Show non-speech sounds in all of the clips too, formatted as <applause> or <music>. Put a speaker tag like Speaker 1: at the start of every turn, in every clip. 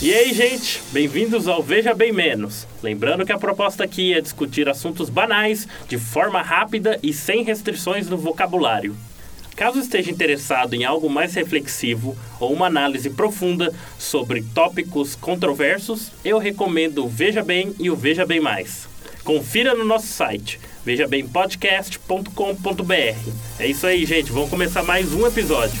Speaker 1: E aí, gente, bem-vindos ao Veja Bem Menos. Lembrando que a proposta aqui é discutir assuntos banais de forma rápida e sem restrições no vocabulário. Caso esteja interessado em algo mais reflexivo ou uma análise profunda sobre tópicos controversos, eu recomendo o Veja Bem e o Veja Bem Mais. Confira no nosso site vejabempodcast.com.br. É isso aí, gente, vamos começar mais um episódio.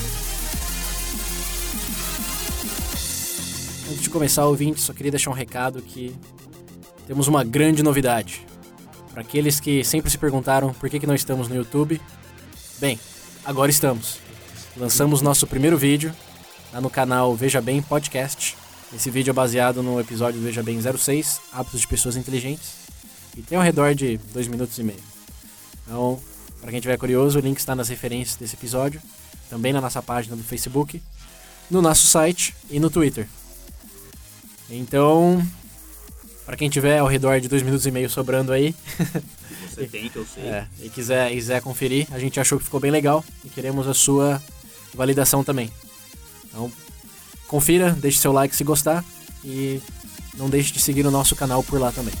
Speaker 2: Antes de começar, ouvinte, só queria deixar um recado que temos uma grande novidade. Para aqueles que sempre se perguntaram por que, que não estamos no YouTube, bem, agora estamos. Lançamos nosso primeiro vídeo lá no canal Veja Bem Podcast. Esse vídeo é baseado no episódio Veja Bem 06, Hábitos de Pessoas Inteligentes, e tem ao redor de 2 minutos e meio. Então, para quem estiver curioso, o link está nas referências desse episódio, também na nossa página do Facebook, no nosso site e no Twitter. Então, para quem tiver ao redor de dois minutos e meio sobrando aí
Speaker 3: Você tem, que eu sei.
Speaker 2: é, e quiser, e quiser conferir, a gente achou que ficou bem legal e queremos a sua validação também. Então, confira, deixe seu like se gostar e não deixe de seguir o nosso canal por lá também.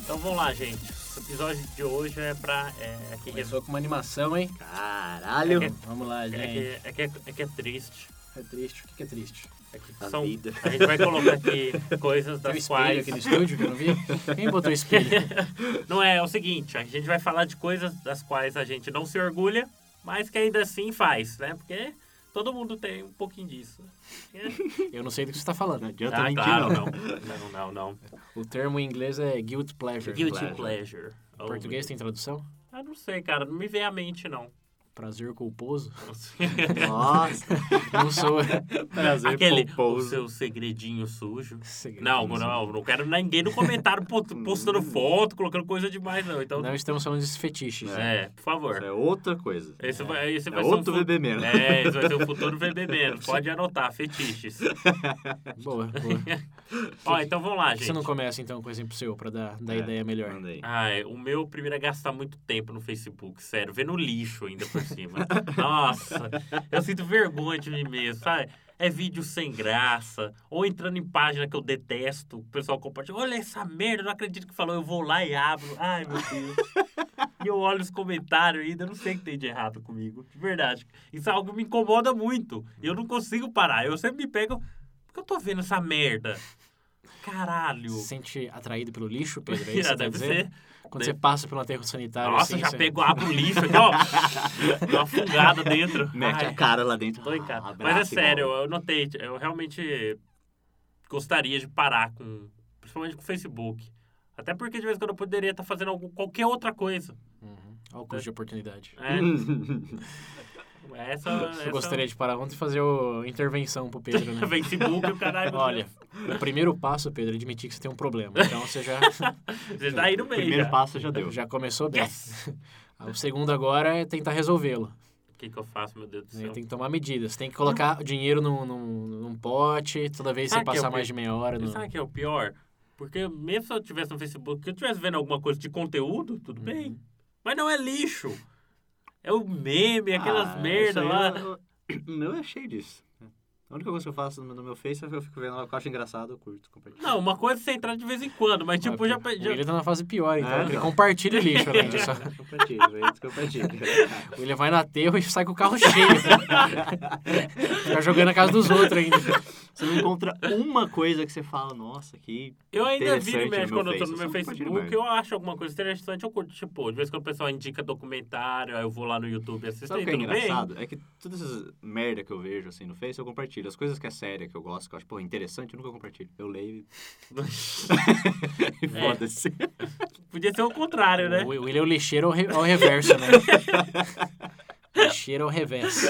Speaker 1: Então vamos lá, gente. O episódio de hoje é para é, é que
Speaker 2: Começou com uma animação, hein?
Speaker 3: Caralho.
Speaker 1: É que-
Speaker 2: Vamos lá,
Speaker 1: É
Speaker 2: gente.
Speaker 1: que é, que é- é que é triste.
Speaker 2: É triste, o que que é triste?
Speaker 1: É que
Speaker 3: A
Speaker 1: são-
Speaker 3: vida.
Speaker 1: a gente vai colocar aqui coisas
Speaker 3: Tá
Speaker 2: Tem um
Speaker 1: das
Speaker 2: espelho
Speaker 1: quais. <laughs>
Speaker 2: aqui no estúdio que eu não
Speaker 3: <laughs>
Speaker 2: vi? Quem botou espelho?
Speaker 1: Não é, é o seguinte, a gente vai falar de coisas das quais a gente não se orgulha, mas que ainda assim faz, né? Porque todo mundo tem um pouquinho disso.
Speaker 2: Eu não sei do que você tá falando.
Speaker 3: Não adianta
Speaker 1: Ah,
Speaker 3: mentir,
Speaker 1: claro,
Speaker 2: <laughs>
Speaker 3: não.
Speaker 1: não. Não, não, não.
Speaker 2: O termo em inglês é guilt pleasure.
Speaker 1: Guilty pleasure.
Speaker 2: Em português tem tradução?
Speaker 1: Ah, não sei, cara, não me vem à mente,
Speaker 2: <laughs>
Speaker 1: não.
Speaker 2: Prazer culposo?
Speaker 1: Não sei.
Speaker 3: Nossa.
Speaker 1: <laughs>
Speaker 2: Não sou.
Speaker 3: Prazer
Speaker 1: Aquele, o
Speaker 3: pomposo.
Speaker 1: seu segredinho sujo. Não, não, não quero ninguém no comentário
Speaker 3: <laughs>
Speaker 1: post-
Speaker 3: Hum.
Speaker 1: postando foto, colocando coisa demais, não. Então,
Speaker 2: Não estamos falando de fetiches. né?
Speaker 1: é, por favor.
Speaker 3: Isso é outra coisa.
Speaker 1: Esse vai, esse
Speaker 3: É
Speaker 1: vai
Speaker 3: outro
Speaker 1: ser um fu-
Speaker 3: VB mesmo.
Speaker 1: É, esse vai ser
Speaker 3: <laughs>
Speaker 1: o futuro VB menos. Pode anotar, fetiches. <laughs>
Speaker 2: Boa, boa.
Speaker 1: Ó, então vamos lá,
Speaker 2: Por que Você
Speaker 1: gente.
Speaker 2: não começa então com exemplo seu pra dar, dar
Speaker 3: É,
Speaker 2: ideia melhor.
Speaker 3: Manda aí.
Speaker 1: Ai, o meu primeiro é gastar muito tempo no Facebook, sério. Vendo lixo ainda por cima. Nossa, eu sinto vergonha de mim mesmo, sabe? É vídeo sem graça, ou entrando em página que eu detesto, o pessoal compartilha. Olha essa merda, eu não acredito que falou. Eu vou lá e abro. Ai, meu Deus. e eu olho os comentários ainda, eu não sei o que tem de errado comigo. De verdade. Isso é algo que me incomoda muito. Eu não consigo parar. Eu sempre me pego. Por que eu tô vendo essa merda? Caralho.
Speaker 2: Você se sente atraído pelo
Speaker 1: <laughs>
Speaker 2: lixo, Pedro? É isso que
Speaker 1: Ah,
Speaker 2: você tá
Speaker 1: deve
Speaker 2: dizendo?
Speaker 1: ser.
Speaker 2: Quando
Speaker 1: deve-
Speaker 2: você passa pelo aterro sanitário.
Speaker 1: Nossa,
Speaker 2: assim,
Speaker 1: já
Speaker 2: você-
Speaker 1: pegou, abre o lixo aqui,
Speaker 3: <laughs>
Speaker 1: ó. Dá uma fungada dentro.
Speaker 3: Mete
Speaker 1: Ai,
Speaker 3: a cara lá dentro.
Speaker 1: Tô em casa.
Speaker 3: Ah,
Speaker 1: Mas é
Speaker 3: abraça igual.
Speaker 1: sério, eu notei. Eu realmente gostaria de parar com. Principalmente com o Facebook. Até porque de vez em quando eu poderia estar fazendo algum- qualquer outra coisa.
Speaker 2: Uhum. Olha o custo de oportunidade.
Speaker 3: Hum.
Speaker 1: <laughs> É, essa, essa-
Speaker 2: Eu gostaria de parar ontem e fazer o... intervenção pro
Speaker 1: <laughs>
Speaker 2: Pedro,
Speaker 1: É
Speaker 2: né?
Speaker 1: Facebook, o caralho.
Speaker 2: Olha, o primeiro passo, Pedro, é admitir que você tem um problema. Então
Speaker 1: <laughs>
Speaker 2: você já,
Speaker 1: Você tá aí no meio.
Speaker 3: Primeiro
Speaker 1: já.
Speaker 3: passo é
Speaker 1: <laughs>
Speaker 3: já deu.
Speaker 2: já começou bem.
Speaker 1: Yes!
Speaker 2: O segundo agora é tentar resolvê-lo.
Speaker 1: O que, que eu faço, meu Deus do
Speaker 2: Né?
Speaker 1: céu?
Speaker 2: Tem que tomar medidas. Tem que colocar dinheiro num, num, num pote, toda vez que você
Speaker 1: Sabe que
Speaker 2: passar
Speaker 1: eu-
Speaker 2: mais de meia hora.
Speaker 1: E
Speaker 2: No...
Speaker 1: Sabe o que é o pior? Porque mesmo se eu tivesse no Facebook, que eu estivesse vendo alguma coisa de conteúdo, tudo
Speaker 3: Uhum.
Speaker 1: bem. Mas não é lixo. É o meme, aquelas
Speaker 3: Ah, isso
Speaker 1: merda
Speaker 3: aí
Speaker 1: lá.
Speaker 3: eu- O <clears throat> meu é cheio disso. A única coisa que eu faço no no meu Face é que eu fico vendo lá, que eu acho engraçado, eu curto, compartilho.
Speaker 1: Não, uma coisa é você entrar de vez em quando, mas
Speaker 3: Ah,
Speaker 1: tipo, já,
Speaker 2: O
Speaker 1: já
Speaker 2: William tá na fase pior, então.
Speaker 3: É,
Speaker 2: ele
Speaker 3: não.
Speaker 2: compartilha o lixo, né?
Speaker 1: <laughs>
Speaker 2: além
Speaker 3: <laughs>
Speaker 2: disso.
Speaker 3: <laughs> Compartilho, é isso que eu compartilho.
Speaker 2: O William vai no aterro e sai com o carro cheio. <laughs> Fica jogando a casa dos outros ainda.
Speaker 3: Você não encontra uma coisa que você fala, nossa, que.
Speaker 1: Eu ainda vi
Speaker 3: Interessante
Speaker 1: e
Speaker 3: no
Speaker 1: mexe
Speaker 3: meu
Speaker 1: quando eu tô
Speaker 3: Face,
Speaker 1: no
Speaker 3: eu
Speaker 1: meu
Speaker 3: só não compartilho
Speaker 1: Facebook,
Speaker 3: mais.
Speaker 1: eu acho alguma coisa interessante, eu curto. Tipo, de vez em quando o pessoal indica documentário, aí eu vou lá no YouTube e assisto,
Speaker 3: Sabe
Speaker 1: aí
Speaker 3: o que é
Speaker 1: tudo bem.
Speaker 3: engraçado? É que todas essas merda que eu vejo assim no Face, eu compartilho. As coisas que é séria, que eu gosto, que eu acho, pô, interessante, eu nunca compartilho. Eu leio <laughs>
Speaker 1: <laughs> É.
Speaker 3: e foda-se.
Speaker 1: Podia ser o contrário, né?
Speaker 2: O Will- o William é o lixeiro ao, re- ao reverso, né? lixeiro ao reverso.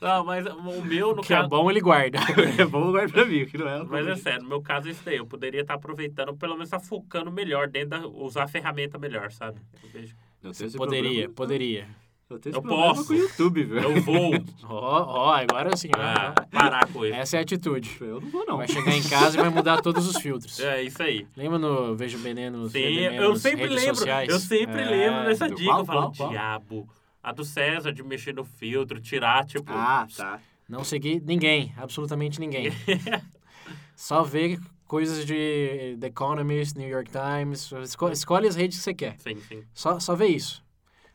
Speaker 1: Não, mas o meu,
Speaker 3: <laughs>
Speaker 1: no
Speaker 2: O que é
Speaker 1: caso...
Speaker 2: bom, ele guarda.
Speaker 3: É bom guardar pra mim, que não é. eu
Speaker 1: Mas é
Speaker 3: compartilho.
Speaker 1: sério, no meu caso é isso daí. Eu poderia estar aproveitando, pelo menos tá estar focando melhor, dentro da, usar a ferramenta melhor, sabe? Eu vejo-
Speaker 3: Eu tenho esse é
Speaker 2: Poderia,
Speaker 3: problema.
Speaker 2: poderia.
Speaker 3: Eu tenho
Speaker 1: Eu
Speaker 3: esse problema
Speaker 1: posso.
Speaker 3: com o YouTube, velho.
Speaker 1: Eu
Speaker 3: <laughs>
Speaker 1: vou
Speaker 2: Ó, ó, agora sim. ó.
Speaker 1: ah, parar com ele.
Speaker 2: Essa é a atitude.
Speaker 3: <laughs> Eu não vou,
Speaker 1: tipo,
Speaker 3: não.
Speaker 2: Vai chegar em casa e vai mudar todos os filtros.
Speaker 1: É isso aí.
Speaker 2: Lembra no Vejo Veneno?
Speaker 1: Sim,
Speaker 2: Vejo Veneno
Speaker 1: eu
Speaker 2: nas
Speaker 1: sempre
Speaker 2: redes
Speaker 1: lembro.
Speaker 2: sociais?
Speaker 1: Eu sempre
Speaker 2: É,
Speaker 1: lembro dessa
Speaker 3: do
Speaker 1: dica.
Speaker 3: qual,
Speaker 1: eu falo,
Speaker 3: qual, qual?
Speaker 1: diabo. A do César de mexer no filtro, tirar, tipo.
Speaker 3: Ah, tá.
Speaker 2: Não segui ninguém,
Speaker 1: <laughs>
Speaker 2: absolutamente ninguém. Só ver coisas de The Economist, New York Times. esco- escolhe as redes que você quer.
Speaker 1: Sim, sim.
Speaker 2: Só, só vê isso.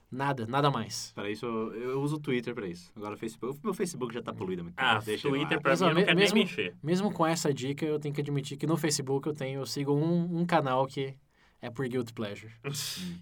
Speaker 2: Nada, nada mais.
Speaker 3: Para isso, eu, eu uso o Twitter pra isso. Agora o Facebook. Meu Facebook já tá poluído há muito
Speaker 1: Ah,
Speaker 3: tempo, deixa eu
Speaker 1: Twitter
Speaker 3: lá.
Speaker 1: pra
Speaker 2: Mas,
Speaker 1: mim
Speaker 2: ó,
Speaker 1: eu não
Speaker 2: me-
Speaker 1: quero
Speaker 2: mesmo-
Speaker 1: nem mexer.
Speaker 2: Mesmo com essa dica, eu tenho que admitir que no Facebook eu tenho, eu sigo um, um canal que é por Guilt Pleasure.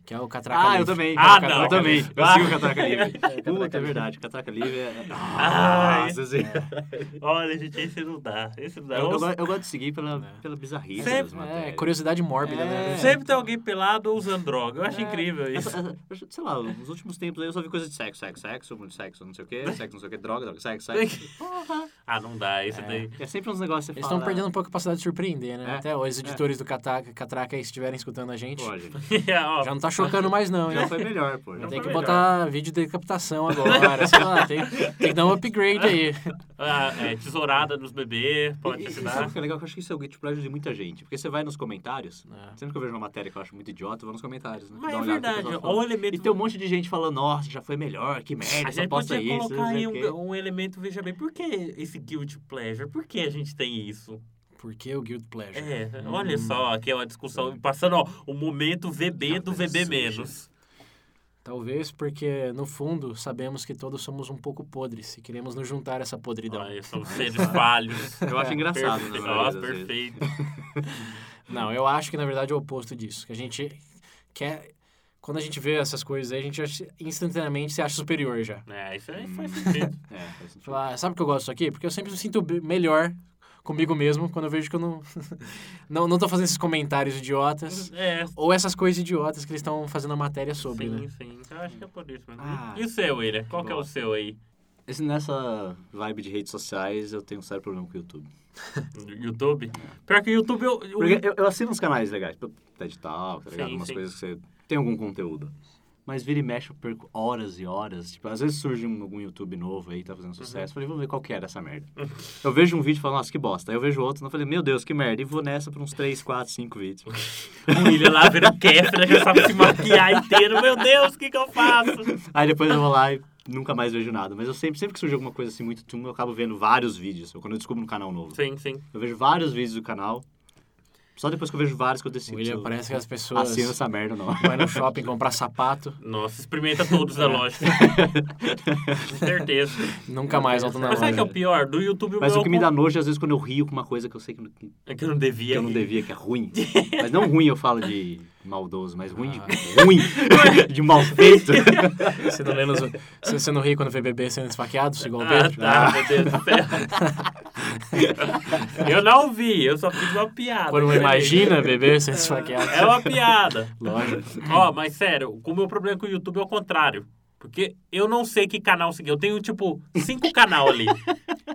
Speaker 2: que é o Catraca
Speaker 3: Ah,
Speaker 2: Livre.
Speaker 3: eu também.
Speaker 1: Ah,
Speaker 3: Cataca
Speaker 1: não.
Speaker 3: Eu também. Eu
Speaker 1: Ah.
Speaker 3: sigo o Catraca
Speaker 1: <laughs>
Speaker 3: Livre. Puta,
Speaker 2: Catraca
Speaker 3: é verdade. Catraca Livre é...
Speaker 1: Ai.
Speaker 3: Nossa, assim.
Speaker 1: <laughs> Olha, gente, esse não dá. Esse não dá.
Speaker 3: É Eu, eu
Speaker 1: Ou-
Speaker 3: go- eu gosto de seguir pela,
Speaker 2: É.
Speaker 3: pela bizarrice
Speaker 1: Sempre-
Speaker 3: das
Speaker 2: É,
Speaker 3: matérias.
Speaker 2: curiosidade mórbida, né?
Speaker 3: É.
Speaker 1: Sempre tem alguém pelado ou usando droga. Eu acho incrível isso.
Speaker 3: Essa- essa- Sei lá, nos últimos tempos aí eu só vi coisa de sexo, sexo, sexo, muito sexo, não sei
Speaker 1: <laughs>
Speaker 3: o quê, sexo, não sei o quê, droga, droga, sexo, sexo. Porra.
Speaker 1: Ah, não dá. Esse daí. <laughs>
Speaker 3: É sempre uns negócios que você
Speaker 2: Eles
Speaker 3: fala... né?
Speaker 2: estão perdendo um pouco a capacidade de surpreender, né?
Speaker 3: É.
Speaker 2: Até os editores do Catraca, Catraca aí, se estiverem escutando a gente,
Speaker 3: Pô, gente,
Speaker 1: É, Ó,
Speaker 2: já não tá chocando mais não,
Speaker 3: já
Speaker 2: hein?
Speaker 3: foi melhor, pô. Já
Speaker 1: Não
Speaker 2: Tem que
Speaker 3: foi
Speaker 1: melhor.
Speaker 2: botar vídeo de decapitação agora, sei lá, tem, tem que dar um upgrade aí.
Speaker 1: ah, é, tesourada nos bebês, pode
Speaker 3: Isso
Speaker 1: se
Speaker 3: isso
Speaker 1: dar.
Speaker 3: sabe o que é legal, que eu acho que isso é o guilty pleasure de muita gente. Porque você vai nos comentários,
Speaker 2: É.
Speaker 3: sempre que eu vejo uma matéria que eu acho muito idiota, eu vou nos comentários, né?
Speaker 1: Mas
Speaker 3: Dá
Speaker 1: é
Speaker 3: uma olhada no que o
Speaker 1: verdade.
Speaker 3: pessoal
Speaker 1: Olha o
Speaker 3: fala.
Speaker 1: elemento.
Speaker 3: E tem um monte de gente falando, nossa, já foi melhor, que merda,
Speaker 1: A
Speaker 3: só
Speaker 1: gente
Speaker 3: posta
Speaker 1: podia
Speaker 3: isso,
Speaker 1: colocar
Speaker 3: não sei
Speaker 1: aí
Speaker 3: o quê.
Speaker 1: um, um elemento, veja bem, por que esse guilt pleasure? Por que a gente tem isso?
Speaker 2: Por que o Guild Pleasure?
Speaker 1: É,
Speaker 3: Hum.
Speaker 1: olha só, aqui é uma discussão, passando ó, o momento VB do VB menos.
Speaker 2: Talvez porque, no fundo, sabemos que todos somos um pouco podres e queremos nos juntar a essa podridão.
Speaker 1: Olha, são
Speaker 3: <laughs>
Speaker 1: seres falhos.
Speaker 3: Então. Eu acho engraçado, na
Speaker 1: Perfeito.
Speaker 3: maioria
Speaker 1: Nossa,
Speaker 3: das vezes.
Speaker 1: perfeito.
Speaker 2: Não, eu acho que, na verdade, é o oposto disso. Que a gente quer... Quando a gente vê essas coisas aí, a gente já se- instantaneamente se acha superior já.
Speaker 1: É, isso aí faz
Speaker 3: <laughs>
Speaker 1: sentido.
Speaker 3: É, faz sentido.
Speaker 2: Falar, "Ah, sabe o que eu gosto disso aqui? Porque eu sempre me sinto be- melhor comigo mesmo quando eu vejo que eu não... <laughs> não, não tô fazendo esses comentários idiotas.
Speaker 1: É,
Speaker 2: Ou essas coisas idiotas que eles estão fazendo a matéria sobre, né?
Speaker 1: sim, sim. Eu acho que é por isso mesmo.
Speaker 3: Ah.
Speaker 1: e o seu, William? Qual que é o seu aí?
Speaker 3: Esse- nessa vibe de redes sociais, eu tenho um sério problema com o YouTube.
Speaker 1: No YouTube? Pior que o YouTube, eu... eu-
Speaker 3: Porque eu, eu assino uns canais legais, tipo, TED Talk, tá ligado?
Speaker 1: Sim,
Speaker 3: Umas
Speaker 1: sim.
Speaker 3: coisas que você tem algum conteúdo. Mas vira e mexe, eu perco horas e horas. Tipo, às vezes surge um- algum YouTube novo aí, tá fazendo sucesso. Falei, vamos ver qual que era essa merda. <laughs> eu vejo um vídeo e falo, nossa, que bosta. Aí eu vejo outro e falei, meu Deus, que merda. E vou nessa por uns 3, 4, 5 vídeos.
Speaker 1: O William lá vendo Kefra, já sabe se maquiar inteiro. Meu Deus, o que que eu faço?
Speaker 3: <laughs> aí depois eu vou lá e nunca mais vejo nada. Mas eu sempre, sempre que surge alguma coisa assim muito tum, eu acabo vendo vários vídeos. Ou quando eu descubro um canal novo.
Speaker 1: Sim, sim.
Speaker 3: Eu vejo vários vídeos do canal. Só depois que eu vejo vários que eu decido. se
Speaker 2: William, assim.
Speaker 3: eu
Speaker 2: parece que as pessoas
Speaker 1: assim,
Speaker 3: Assino essa merda ou não.
Speaker 2: vai no shopping comprar sapato,
Speaker 1: Nossa, experimenta todos da loja. Com certeza.
Speaker 2: nunca mais volta na
Speaker 1: Mas sabe o que é o
Speaker 2: loja.
Speaker 1: pior? Do YouTube
Speaker 3: Mas
Speaker 1: eu
Speaker 3: o que me dá nojo é às vezes quando eu rio com uma coisa que eu sei que, não- que
Speaker 1: É que eu não devia.
Speaker 3: eu não
Speaker 1: rir.
Speaker 3: devia, que
Speaker 1: <laughs>
Speaker 3: é ruim. Mas não ruim eu falo de maldoso, mas ruim de
Speaker 1: Ah.
Speaker 3: ruim,
Speaker 1: <laughs>
Speaker 3: de mal feito.
Speaker 2: Você não, lembra, os- você, você não ri quando vê bebê sendo esfaqueado, igual o
Speaker 1: Ah,
Speaker 2: Pedro?
Speaker 1: tá, meu Deus do céu. eu não vi, eu só fiz uma piada. <laughs>
Speaker 2: Quando imagina bebê sendo esfaqueado.
Speaker 1: É uma piada.
Speaker 2: Lógico.
Speaker 1: Ó, mas sério, o meu problema com o YouTube é o contrário. Porque eu não sei que canal seguir. Eu tenho, tipo, cinco canal ali.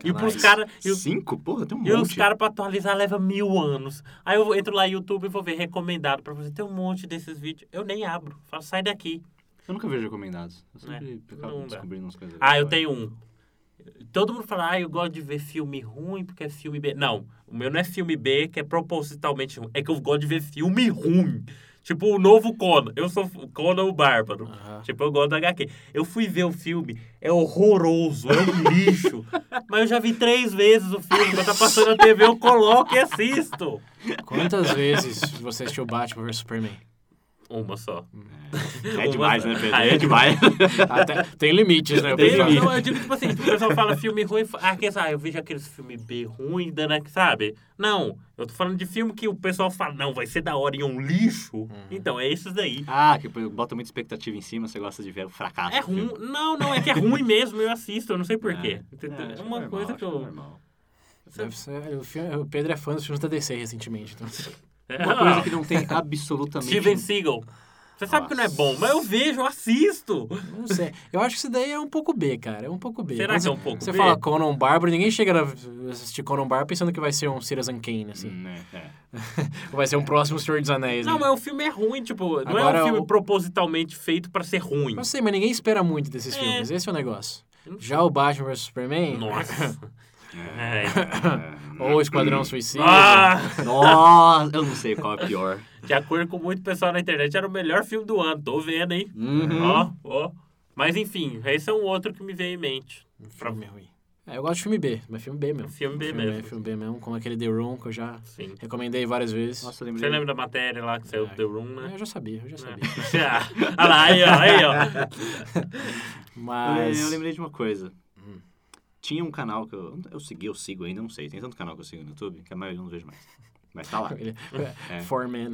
Speaker 1: e pros
Speaker 2: Canais.
Speaker 1: caras. e os-
Speaker 3: <laughs> Cinco? Porra, tem um
Speaker 1: E os
Speaker 3: monte.
Speaker 1: caras pra atualizar leva mil anos. Aí eu entro lá no YouTube e vou ver recomendado pra você. Tem um monte desses vídeos. Eu nem abro. Falo, sai daqui.
Speaker 3: Eu nunca vejo recomendados. Eu sempre
Speaker 1: É,
Speaker 3: acabo
Speaker 1: não dá.
Speaker 3: descobrindo umas coisas.
Speaker 1: Ah, eu tenho um. Todo mundo fala, ah, eu gosto de ver filme ruim porque é filme B. Não, o meu não é filme B, que é propositalmente ruim. É que eu gosto de ver filme ruim. Tipo, o novo Conan. Eu sou o Conan o Bárbaro.
Speaker 2: Aham.
Speaker 1: Tipo, eu gosto da HQ. Eu fui ver o filme, é horroroso, é um
Speaker 3: <laughs>
Speaker 1: lixo. Mas eu já vi três vezes o filme. Quando tá passando na TV, eu coloco e assisto.
Speaker 2: Quantas vezes você assistiu Batman vs Superman?
Speaker 1: Uma só.
Speaker 3: É demais, né, Pedro?
Speaker 1: Ah, é
Speaker 3: É demais.
Speaker 2: Até- tem limites, né?
Speaker 1: Tem,
Speaker 2: pessoal?
Speaker 1: não, eu digo, tipo assim, tipo, o pessoal fala filme ruim, fa- ah, que- ah, eu vejo aqueles filme B ruim, dando, aqui, sabe? Não, eu tô falando de filme que o pessoal fala, não, vai ser da hora e é um lixo. Então, é esses daí.
Speaker 3: <laughs> Ah, que bota muita expectativa em cima, você gosta de ver o fracasso.
Speaker 1: É
Speaker 3: do filme.
Speaker 1: ruim, não, não, é que é ruim mesmo, eu assisto, eu não sei porquê.
Speaker 3: É,
Speaker 1: É,
Speaker 3: acho
Speaker 1: uma
Speaker 3: normal,
Speaker 1: coisa
Speaker 3: acho
Speaker 1: que eu...
Speaker 3: normal.
Speaker 2: Deve ser- o, filme- o Pedro é fã dos filmes da DC recentemente. Então.
Speaker 1: É, <laughs>
Speaker 3: Uma coisa que não tem absolutamente
Speaker 1: Steven Seagal. Você sabe que não é bom, mas eu vejo, eu assisto.
Speaker 2: Não sei. Eu acho que isso daí é um pouco B, cara. É um pouco B.
Speaker 1: Será
Speaker 2: Quando
Speaker 1: que é
Speaker 2: você-
Speaker 1: um pouco
Speaker 2: Você
Speaker 1: B?
Speaker 2: fala Conan Bárbaro, ninguém chega a assistir Conan Bárbaro pensando que vai ser um Citizen Kane, assim.
Speaker 3: Hum, é, é.
Speaker 1: <laughs>
Speaker 2: Ou vai ser um próximo Senhor dos Anéis.
Speaker 1: Hum. Não,
Speaker 2: né?
Speaker 1: mas o filme é ruim, tipo, não é
Speaker 2: Agora,
Speaker 1: um filme
Speaker 2: o-
Speaker 1: propositalmente feito pra ser ruim.
Speaker 2: Não sei, mas ninguém espera muito desses
Speaker 1: É.
Speaker 2: filmes. Esse é o negócio.
Speaker 1: Eu não
Speaker 2: Já o Batman vs Superman, <laughs>
Speaker 1: Nossa. É.
Speaker 2: ou o Esquadrão Suicida,
Speaker 1: Ah!
Speaker 3: Nossa, eu não sei qual é pior.
Speaker 1: De acordo com muito pessoal na internet, era o melhor filme do ano. Tô vendo, hein?
Speaker 3: Uhum.
Speaker 1: Ó, ó. Mas enfim, esse é um outro que me veio em mente. Um
Speaker 2: filme ruim. É, eu gosto de filme B, mas filme B mesmo.
Speaker 1: Filme B
Speaker 2: filme
Speaker 1: mesmo.
Speaker 2: B, filme B mesmo, como aquele The Room que eu já
Speaker 1: Sim.
Speaker 2: recomendei várias vezes.
Speaker 3: Nossa, eu
Speaker 1: Você
Speaker 3: lembrei.
Speaker 1: lembra da matéria lá que saiu do The Room, né?
Speaker 3: <laughs>
Speaker 2: Eu já sabia, eu já sabia.
Speaker 3: Ah.
Speaker 1: <laughs> É. Olha lá, aí, ó, aí, ó.
Speaker 3: Eu lembrei-
Speaker 2: Mas... Hum.
Speaker 3: Eu lembrei de uma coisa. Tinha um canal que eu, eu segui, eu sigo ainda, não sei. Tem tanto canal que eu sigo no YouTube que a maioria eu não vejo mais. Mas
Speaker 2: <laughs>
Speaker 3: tá lá.
Speaker 2: Ele-
Speaker 3: É.
Speaker 2: Foreman.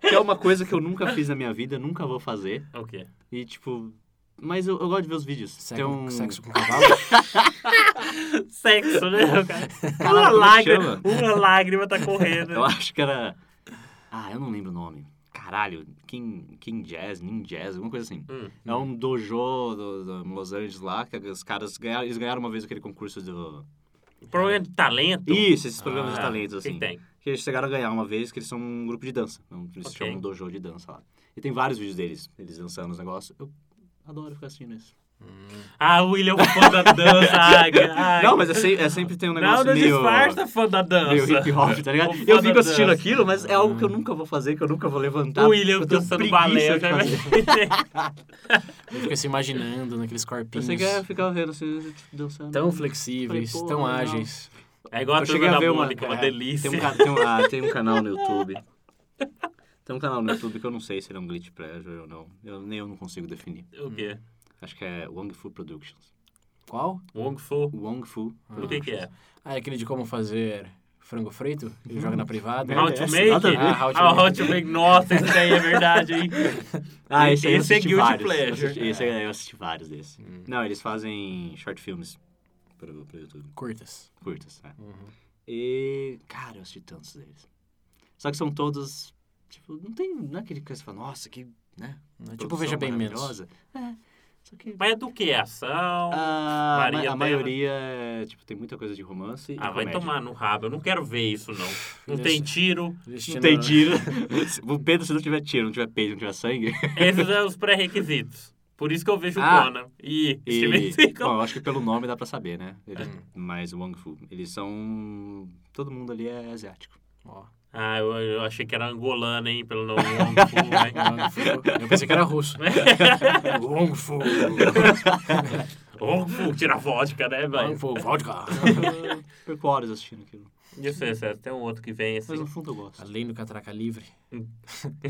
Speaker 3: Que é uma coisa que eu nunca fiz na minha vida, nunca vou fazer.
Speaker 1: O quê?
Speaker 3: E tipo. Mas eu, eu gosto de ver os vídeos. Tem
Speaker 2: Sexo,
Speaker 3: um.
Speaker 2: sexo com cavalo.
Speaker 1: Sexo, né? cara? Uma
Speaker 3: Caralho, como é que
Speaker 1: lágrima,
Speaker 3: chama?
Speaker 1: uma lágrima tá correndo.
Speaker 3: <laughs> Eu acho que era. Ah, eu não lembro o nome. Caralho, King, King Jazz, Nin Jazz, alguma coisa assim.
Speaker 1: Hum.
Speaker 3: É um dojo do, do Los Angeles lá, que os caras ganharam, eles ganharam uma vez aquele concurso do.
Speaker 1: Problema de talento.
Speaker 3: Isso, esses programas de
Speaker 1: Ah,
Speaker 3: talentos,
Speaker 1: quem
Speaker 3: assim.
Speaker 1: tem?
Speaker 3: que eles chegaram a ganhar uma vez, que eles são um grupo de dança. Então, eles se
Speaker 1: Ok.
Speaker 3: chamam dojo de dança lá. E tem vários vídeos deles, eles dançando os negócios. Eu adoro ficar assistindo isso.
Speaker 1: Ah, o William é um fã da
Speaker 3: <laughs>
Speaker 1: dança. Ai, ai.
Speaker 3: Não, mas é, se- é sempre tem um
Speaker 1: Não,
Speaker 3: negócio
Speaker 1: não
Speaker 3: meio...
Speaker 1: disfarça fã da
Speaker 3: Meio
Speaker 1: dança.
Speaker 3: hip hop, tá ligado?
Speaker 1: O fã
Speaker 3: Eu
Speaker 1: da
Speaker 3: fico assistindo
Speaker 1: dança. Hum.
Speaker 3: aquilo, mas é algo que eu nunca vou fazer, que eu nunca vou levantar.
Speaker 1: O William
Speaker 3: Tá eu tenho
Speaker 1: dançando
Speaker 3: preguiça
Speaker 1: balé.
Speaker 3: de
Speaker 1: Eu já
Speaker 3: fazer. <laughs>
Speaker 1: imaginei.
Speaker 2: Ele fica se assim imaginando naqueles
Speaker 3: Eu
Speaker 2: corpinhos
Speaker 3: sei que é ficar vendo vocês dançando.
Speaker 2: tão flexíveis,
Speaker 3: Falei, pô,
Speaker 2: tão
Speaker 3: não.
Speaker 2: ágeis.
Speaker 1: É igual a
Speaker 3: Eu
Speaker 1: turma
Speaker 3: cheguei a
Speaker 1: da
Speaker 3: ver uma-
Speaker 1: Mônica, uma
Speaker 3: é,
Speaker 1: delícia.
Speaker 3: Tem um, ca- tem um- ah, tem um canal no YouTube. Tem um canal no YouTube que eu não sei se ele é um glitch pleasure ou não. Eu, nem eu não consigo definir.
Speaker 1: O quê?
Speaker 3: Acho que é Wong Fu Productions.
Speaker 2: Qual?
Speaker 1: Wong Fu?
Speaker 3: Wong Fu.
Speaker 1: O que que é?
Speaker 2: Ah, é aquele de como fazer frango frito? Ele joga na privada.
Speaker 1: How to
Speaker 3: essa,
Speaker 1: Make?
Speaker 3: um nada a ver.
Speaker 1: Ah, How to, ah, how to Make. Nossa, esse daí é verdade, hein?
Speaker 3: Ah, esse aí eu
Speaker 1: Esse é
Speaker 3: assisti
Speaker 1: guilty
Speaker 3: vários. Eu
Speaker 1: pleasure. É. Uhum.
Speaker 3: assisti- esse aí eu assisti vários desses. Não, eles fazem short films pro, pro YouTube.
Speaker 2: Curtas.
Speaker 3: Curtas, né?
Speaker 1: Uhum.
Speaker 3: E, cara, eu assisti tantos deles. Só que são todos, tipo, não tem... Não é aquele que você fala, nossa, que, né?
Speaker 2: Né? Tipo,
Speaker 3: produção
Speaker 2: veja bem menos.
Speaker 3: maravilhosa. É, só que...
Speaker 1: Mas é do que? Ação?
Speaker 3: Ah,
Speaker 1: Maria
Speaker 3: a
Speaker 1: Bela.
Speaker 3: maioria, é, tipo, tem muita coisa de romance e
Speaker 1: Ah, vai
Speaker 3: comédia.
Speaker 1: tomar no rabo. Eu não quero ver isso, não. Não
Speaker 2: Isso.
Speaker 1: tem tiro.
Speaker 3: Não
Speaker 2: Destino-
Speaker 1: <laughs>
Speaker 3: tem tiro. o Pedro, se não tiver tiro, não tiver peido, não tiver sangue...
Speaker 1: Esses são os pré-requisitos. Por isso que eu vejo
Speaker 3: Ah.
Speaker 1: o Conan. E,
Speaker 3: <laughs>
Speaker 1: Steven
Speaker 3: E,
Speaker 1: Seagal.
Speaker 3: bom, eu acho que pelo nome dá pra saber, né? Eles,
Speaker 1: É.
Speaker 3: mas o Wong Fu, eles são... Todo mundo ali é asiático.
Speaker 2: Ó,
Speaker 1: Ah, eu, eu achei que era angolano, hein? Pelo
Speaker 3: <laughs>
Speaker 1: nome Wong Fu,
Speaker 2: Wong Fu. Eu pensei que era russo. Wong Fu.
Speaker 1: hein? Wong Fu, tira a vodka, né,
Speaker 2: Wong
Speaker 1: velho?
Speaker 2: Fu, vodka.
Speaker 3: Eu perco horas assistindo aquilo.
Speaker 1: Isso, isso, isso. Tem um outro que vem
Speaker 3: Mas
Speaker 1: assim.
Speaker 3: no fundo eu gosto.
Speaker 2: Além do Catraca Livre.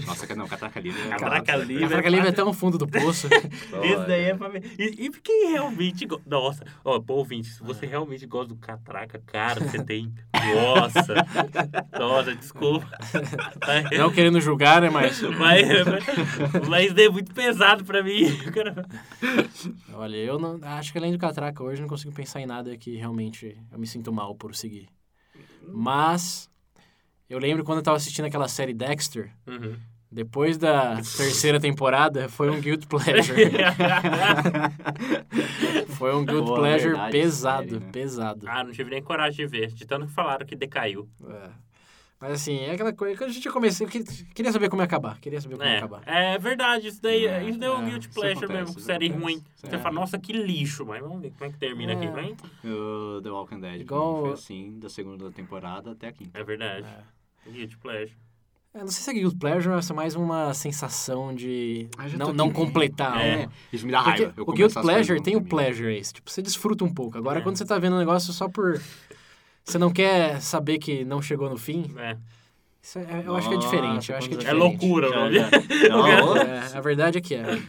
Speaker 3: Nossa, não, Catraca Livre. é-
Speaker 1: Catraca livre.
Speaker 2: Catraca Livre é tão fundo do poço.
Speaker 3: Tá
Speaker 1: Esse daí é pra mim. E, e quem realmente. go- Nossa, ó, pô, ouvinte, se você realmente gosta do catraca, cara, você tem. Nossa! Nossa, desculpa. Mas,
Speaker 2: Não querendo julgar, né? Mas.
Speaker 1: mas, mas é muito pesado pra mim. Cara,
Speaker 2: Olha, eu não. Acho que além do Catraca hoje eu não consigo pensar em nada que realmente eu me sinto mal por seguir. Mas. Eu lembro quando eu tava assistindo aquela série Dexter.
Speaker 1: Uhum.
Speaker 2: Depois
Speaker 3: <laughs>
Speaker 2: da terceira temporada, foi um guilt pleasure. Foi um guilt
Speaker 3: Boa,
Speaker 2: pleasure
Speaker 3: verdade,
Speaker 2: pesado,
Speaker 3: série, né?
Speaker 2: pesado.
Speaker 1: <laughs> ah, não tive nem coragem de ver. De tanto que falaram que decaiu.
Speaker 2: É. Mas assim, é aquela coisa. Quando a gente comecei, eu que- queria saber como ia acabar. Queria saber como ia acabar.
Speaker 1: É, é verdade, isso daí
Speaker 3: É,
Speaker 1: isso daí é um
Speaker 2: é,
Speaker 1: guilty
Speaker 3: isso
Speaker 1: pleasure
Speaker 3: acontece,
Speaker 1: mesmo,
Speaker 3: isso
Speaker 1: série
Speaker 3: acontece.
Speaker 1: ruim. Você
Speaker 3: É.
Speaker 1: fala, nossa, que lixo, mas vamos ver como é que termina aqui,
Speaker 2: É.
Speaker 1: vai?
Speaker 3: <laughs> O The Walking Dead pra
Speaker 2: Igual-
Speaker 3: mim, foi assim, da segunda temporada até a quinta.
Speaker 1: É verdade. Guilty pleasure.
Speaker 2: Eu não sei se é guilt pleasure ou se é mais uma sensação de
Speaker 3: Ah, já tô
Speaker 2: não,
Speaker 3: aqui.
Speaker 2: não completar.
Speaker 1: É.
Speaker 2: né?
Speaker 3: Isso me dá
Speaker 2: Porque
Speaker 3: raiva. eu
Speaker 2: o
Speaker 3: começar
Speaker 2: guilt
Speaker 3: as
Speaker 2: pleasure
Speaker 3: coisas
Speaker 2: tem o
Speaker 3: quando termina.
Speaker 2: pleasure, esse. Tipo, você desfruta um pouco. Agora,
Speaker 1: É.
Speaker 2: quando você tá vendo um negócio só por. Você não quer saber que não chegou no fim.
Speaker 1: É,
Speaker 2: isso é- eu acho que é diferente. Eu acho que é
Speaker 3: Nossa,
Speaker 1: é
Speaker 2: diferente.
Speaker 1: loucura,
Speaker 3: Já,
Speaker 1: não
Speaker 3: já.
Speaker 1: <laughs>
Speaker 3: Não,
Speaker 2: É, a verdade é que é.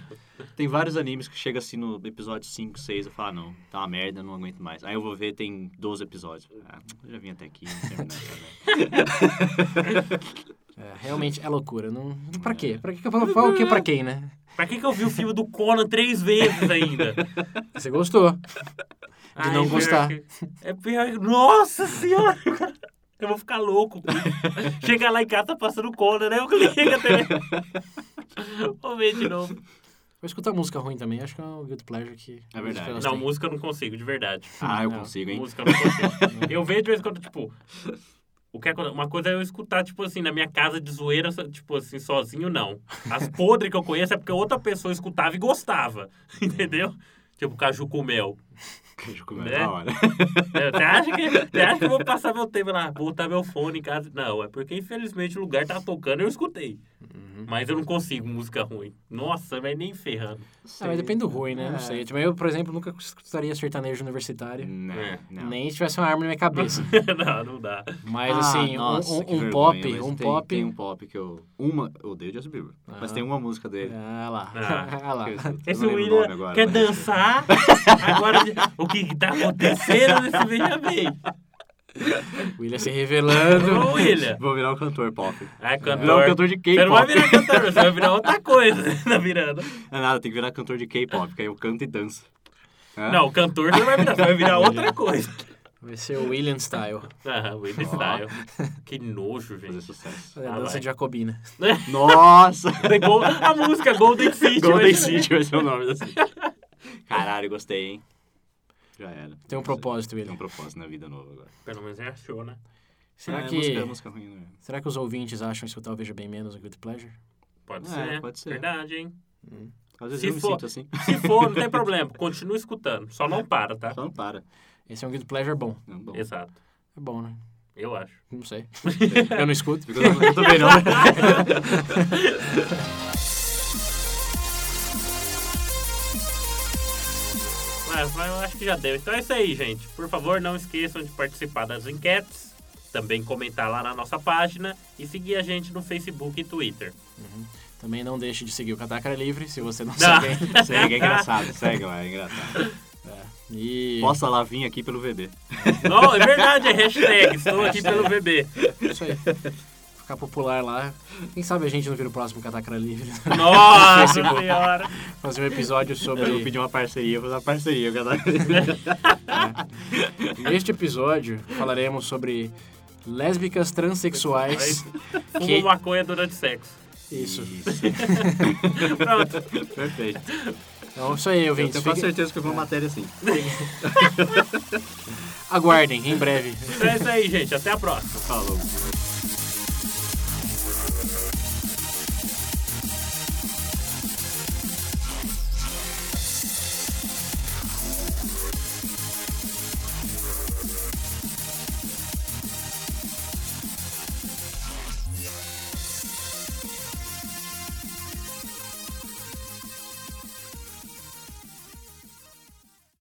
Speaker 3: Tem vários animes que chega assim no episódio 5, 6 eu falo, ah, não, tá uma merda, não aguento mais. Aí eu vou ver, tem 12 episódios. Ah, eu já vim até aqui, não
Speaker 1: <laughs>
Speaker 3: né? terminar essa merda.
Speaker 2: É, realmente é loucura. Não... Pra quê? Pra quê que eu falo? Fala o que pra quem, né?
Speaker 1: Pra que, que eu vi o filme do Conan três vezes ainda? De
Speaker 2: Você gostou. não gostar.
Speaker 1: É pior. Nossa senhora! Eu vou ficar louco. Clique. Chega lá em casa, tá passando cola, né? Eu clico até. Vou ver de novo.
Speaker 2: Eu escuto a música ruim também, acho que é um Guilty Pleasure que.
Speaker 3: É verdade.
Speaker 2: Elas
Speaker 1: Não,
Speaker 2: têm.
Speaker 1: música eu não consigo, de verdade.
Speaker 3: Ah, eu
Speaker 2: Não.
Speaker 3: consigo, hein?
Speaker 1: Música eu não consigo. eu vejo de vez em quando, tipo. O que é, uma coisa é eu escutar, tipo assim, na minha casa de zoeira, so- tipo assim, sozinho, não. As podres que eu conheço é porque outra pessoa escutava e gostava. Entendeu? Tipo, caju com mel.
Speaker 3: <laughs> Queijo comendo
Speaker 1: Né?
Speaker 3: na hora.
Speaker 1: É, Você acha, que, você acha que eu vou passar meu tempo lá, botar meu fone em casa? Não, é porque infelizmente o lugar tá tocando e eu escutei. Mas eu não consigo música ruim. Nossa, mas nem ferrando. <laughs>
Speaker 2: Ah, mas depende do ruim,
Speaker 3: É.
Speaker 2: né? Não sei. Tipo, eu, por exemplo, nunca escutaria sertanejo universitário.
Speaker 3: Não,
Speaker 1: É.
Speaker 3: Hum, não.
Speaker 2: Nem se tivesse uma arma na minha
Speaker 3: <laughs>
Speaker 2: cabeça.
Speaker 1: não, não dá.
Speaker 2: Mas
Speaker 3: Ah,
Speaker 2: assim, um-
Speaker 3: nossa,
Speaker 2: um,
Speaker 3: que
Speaker 2: um
Speaker 3: vergonha,
Speaker 2: pop,
Speaker 3: mas
Speaker 2: um
Speaker 3: tem,
Speaker 2: pop.
Speaker 3: Tem um pop que eu. Uma. Eu odeio Justin Bieber. Mas
Speaker 2: Ah.
Speaker 3: tem uma música dele.
Speaker 2: Ah lá.
Speaker 1: Ah,
Speaker 2: <laughs> Ah, lá.
Speaker 3: que eu escuto. Eu
Speaker 1: Esse
Speaker 3: não lembro o nome
Speaker 1: William
Speaker 3: agora, né?
Speaker 1: quer
Speaker 3: mas- <laughs>
Speaker 1: dançar. Agora, o que que tá acontecendo nesse Benjamin?
Speaker 2: <laughs> William se revelando.
Speaker 1: Ô, William.
Speaker 3: Vou virar um cantor pop.
Speaker 1: Ah,
Speaker 3: Virar
Speaker 1: cantor.
Speaker 3: um cantor de
Speaker 1: Você não vai
Speaker 3: K-pop.
Speaker 1: virar cantor, você vai virar outra coisa. <laughs> Você tá virando.
Speaker 3: Não é nada, tem que virar cantor de K-pop, que aí eu canto e danço. Hã?
Speaker 1: Não, cantor você não vai virar, você vai virar outra coisa.
Speaker 2: Vai ser o William Style.
Speaker 1: Ah, William Style. Que nojo,
Speaker 3: Fazer
Speaker 1: gente.
Speaker 3: sucesso.
Speaker 2: É a
Speaker 1: Ah,
Speaker 2: dança
Speaker 1: vai.
Speaker 2: de Jacobina.
Speaker 3: Nossa! <laughs>
Speaker 1: The Gol- A música Golden City.
Speaker 3: Golden
Speaker 1: imagina.
Speaker 3: City vai ser o nome da cidade. Caralho, gostei, hein? Já era.
Speaker 2: Tem um propósito,
Speaker 3: Tem um
Speaker 2: William.
Speaker 3: propósito na vida nova agora.
Speaker 1: Pelo menos é achou, né?
Speaker 2: Será
Speaker 3: Ah, é
Speaker 2: que.
Speaker 3: música, é música ruim, né?
Speaker 2: Será que os ouvintes acham isso que eu talvez veja bem menos o Good Pleasure?
Speaker 1: Pode
Speaker 3: É,
Speaker 1: ser.
Speaker 3: pode ser.
Speaker 1: Verdade, hein?
Speaker 3: Às vezes
Speaker 1: Se
Speaker 3: eu me
Speaker 1: for-
Speaker 3: sinto assim. <laughs>
Speaker 1: Se for, não tem problema. Continua escutando. Só não para, tá?
Speaker 3: Só não para.
Speaker 2: Esse é um Good Pleasure bom.
Speaker 3: Não, bom.
Speaker 1: Exato.
Speaker 2: É bom, né?
Speaker 1: Eu acho.
Speaker 2: Não
Speaker 3: <laughs>
Speaker 2: sei. eu não escuto.
Speaker 3: Ficou- Eu também não.
Speaker 1: <laughs> Mas, mas eu acho que já deu. Então é isso aí, gente. Por favor, não esqueçam de participar das enquetes. Também comentar lá na nossa página e seguir a gente no Facebook e Twitter.
Speaker 2: Também não deixe de seguir o Catácara Livre, se você
Speaker 3: Ah.
Speaker 2: não,
Speaker 1: Não.
Speaker 2: segue.
Speaker 3: <laughs> Segue, é engraçado. Segue lá, é engraçado.
Speaker 2: E
Speaker 3: Possa lá vir aqui pelo VD.
Speaker 1: Não, é verdade, é hashtag. Estou aqui pelo bebê.
Speaker 2: é isso aí. Ficar popular lá. Quem sabe a gente não vira o próximo Catácara Livre.
Speaker 1: Nossa
Speaker 2: Facebook.
Speaker 1: senhora.
Speaker 2: Fazer um episódio sobre... <laughs>
Speaker 3: Eu vou pedir uma parceria, vou fazer uma parceria. cada vez.
Speaker 2: Neste episódio, falaremos sobre lésbicas transexuais.
Speaker 1: Fumou
Speaker 2: Que-
Speaker 1: maconha durante sexo.
Speaker 2: Isso.
Speaker 1: Pronto.
Speaker 3: <laughs> Perfeito.
Speaker 2: Então, é isso aí,
Speaker 3: Eu
Speaker 2: ouvintes.
Speaker 3: tenho quase
Speaker 2: Fiquem-
Speaker 3: certeza que eu vi uma matéria assim.
Speaker 2: Aguardem, em breve.
Speaker 1: Então é isso aí, gente. Até a próxima.
Speaker 3: Falou.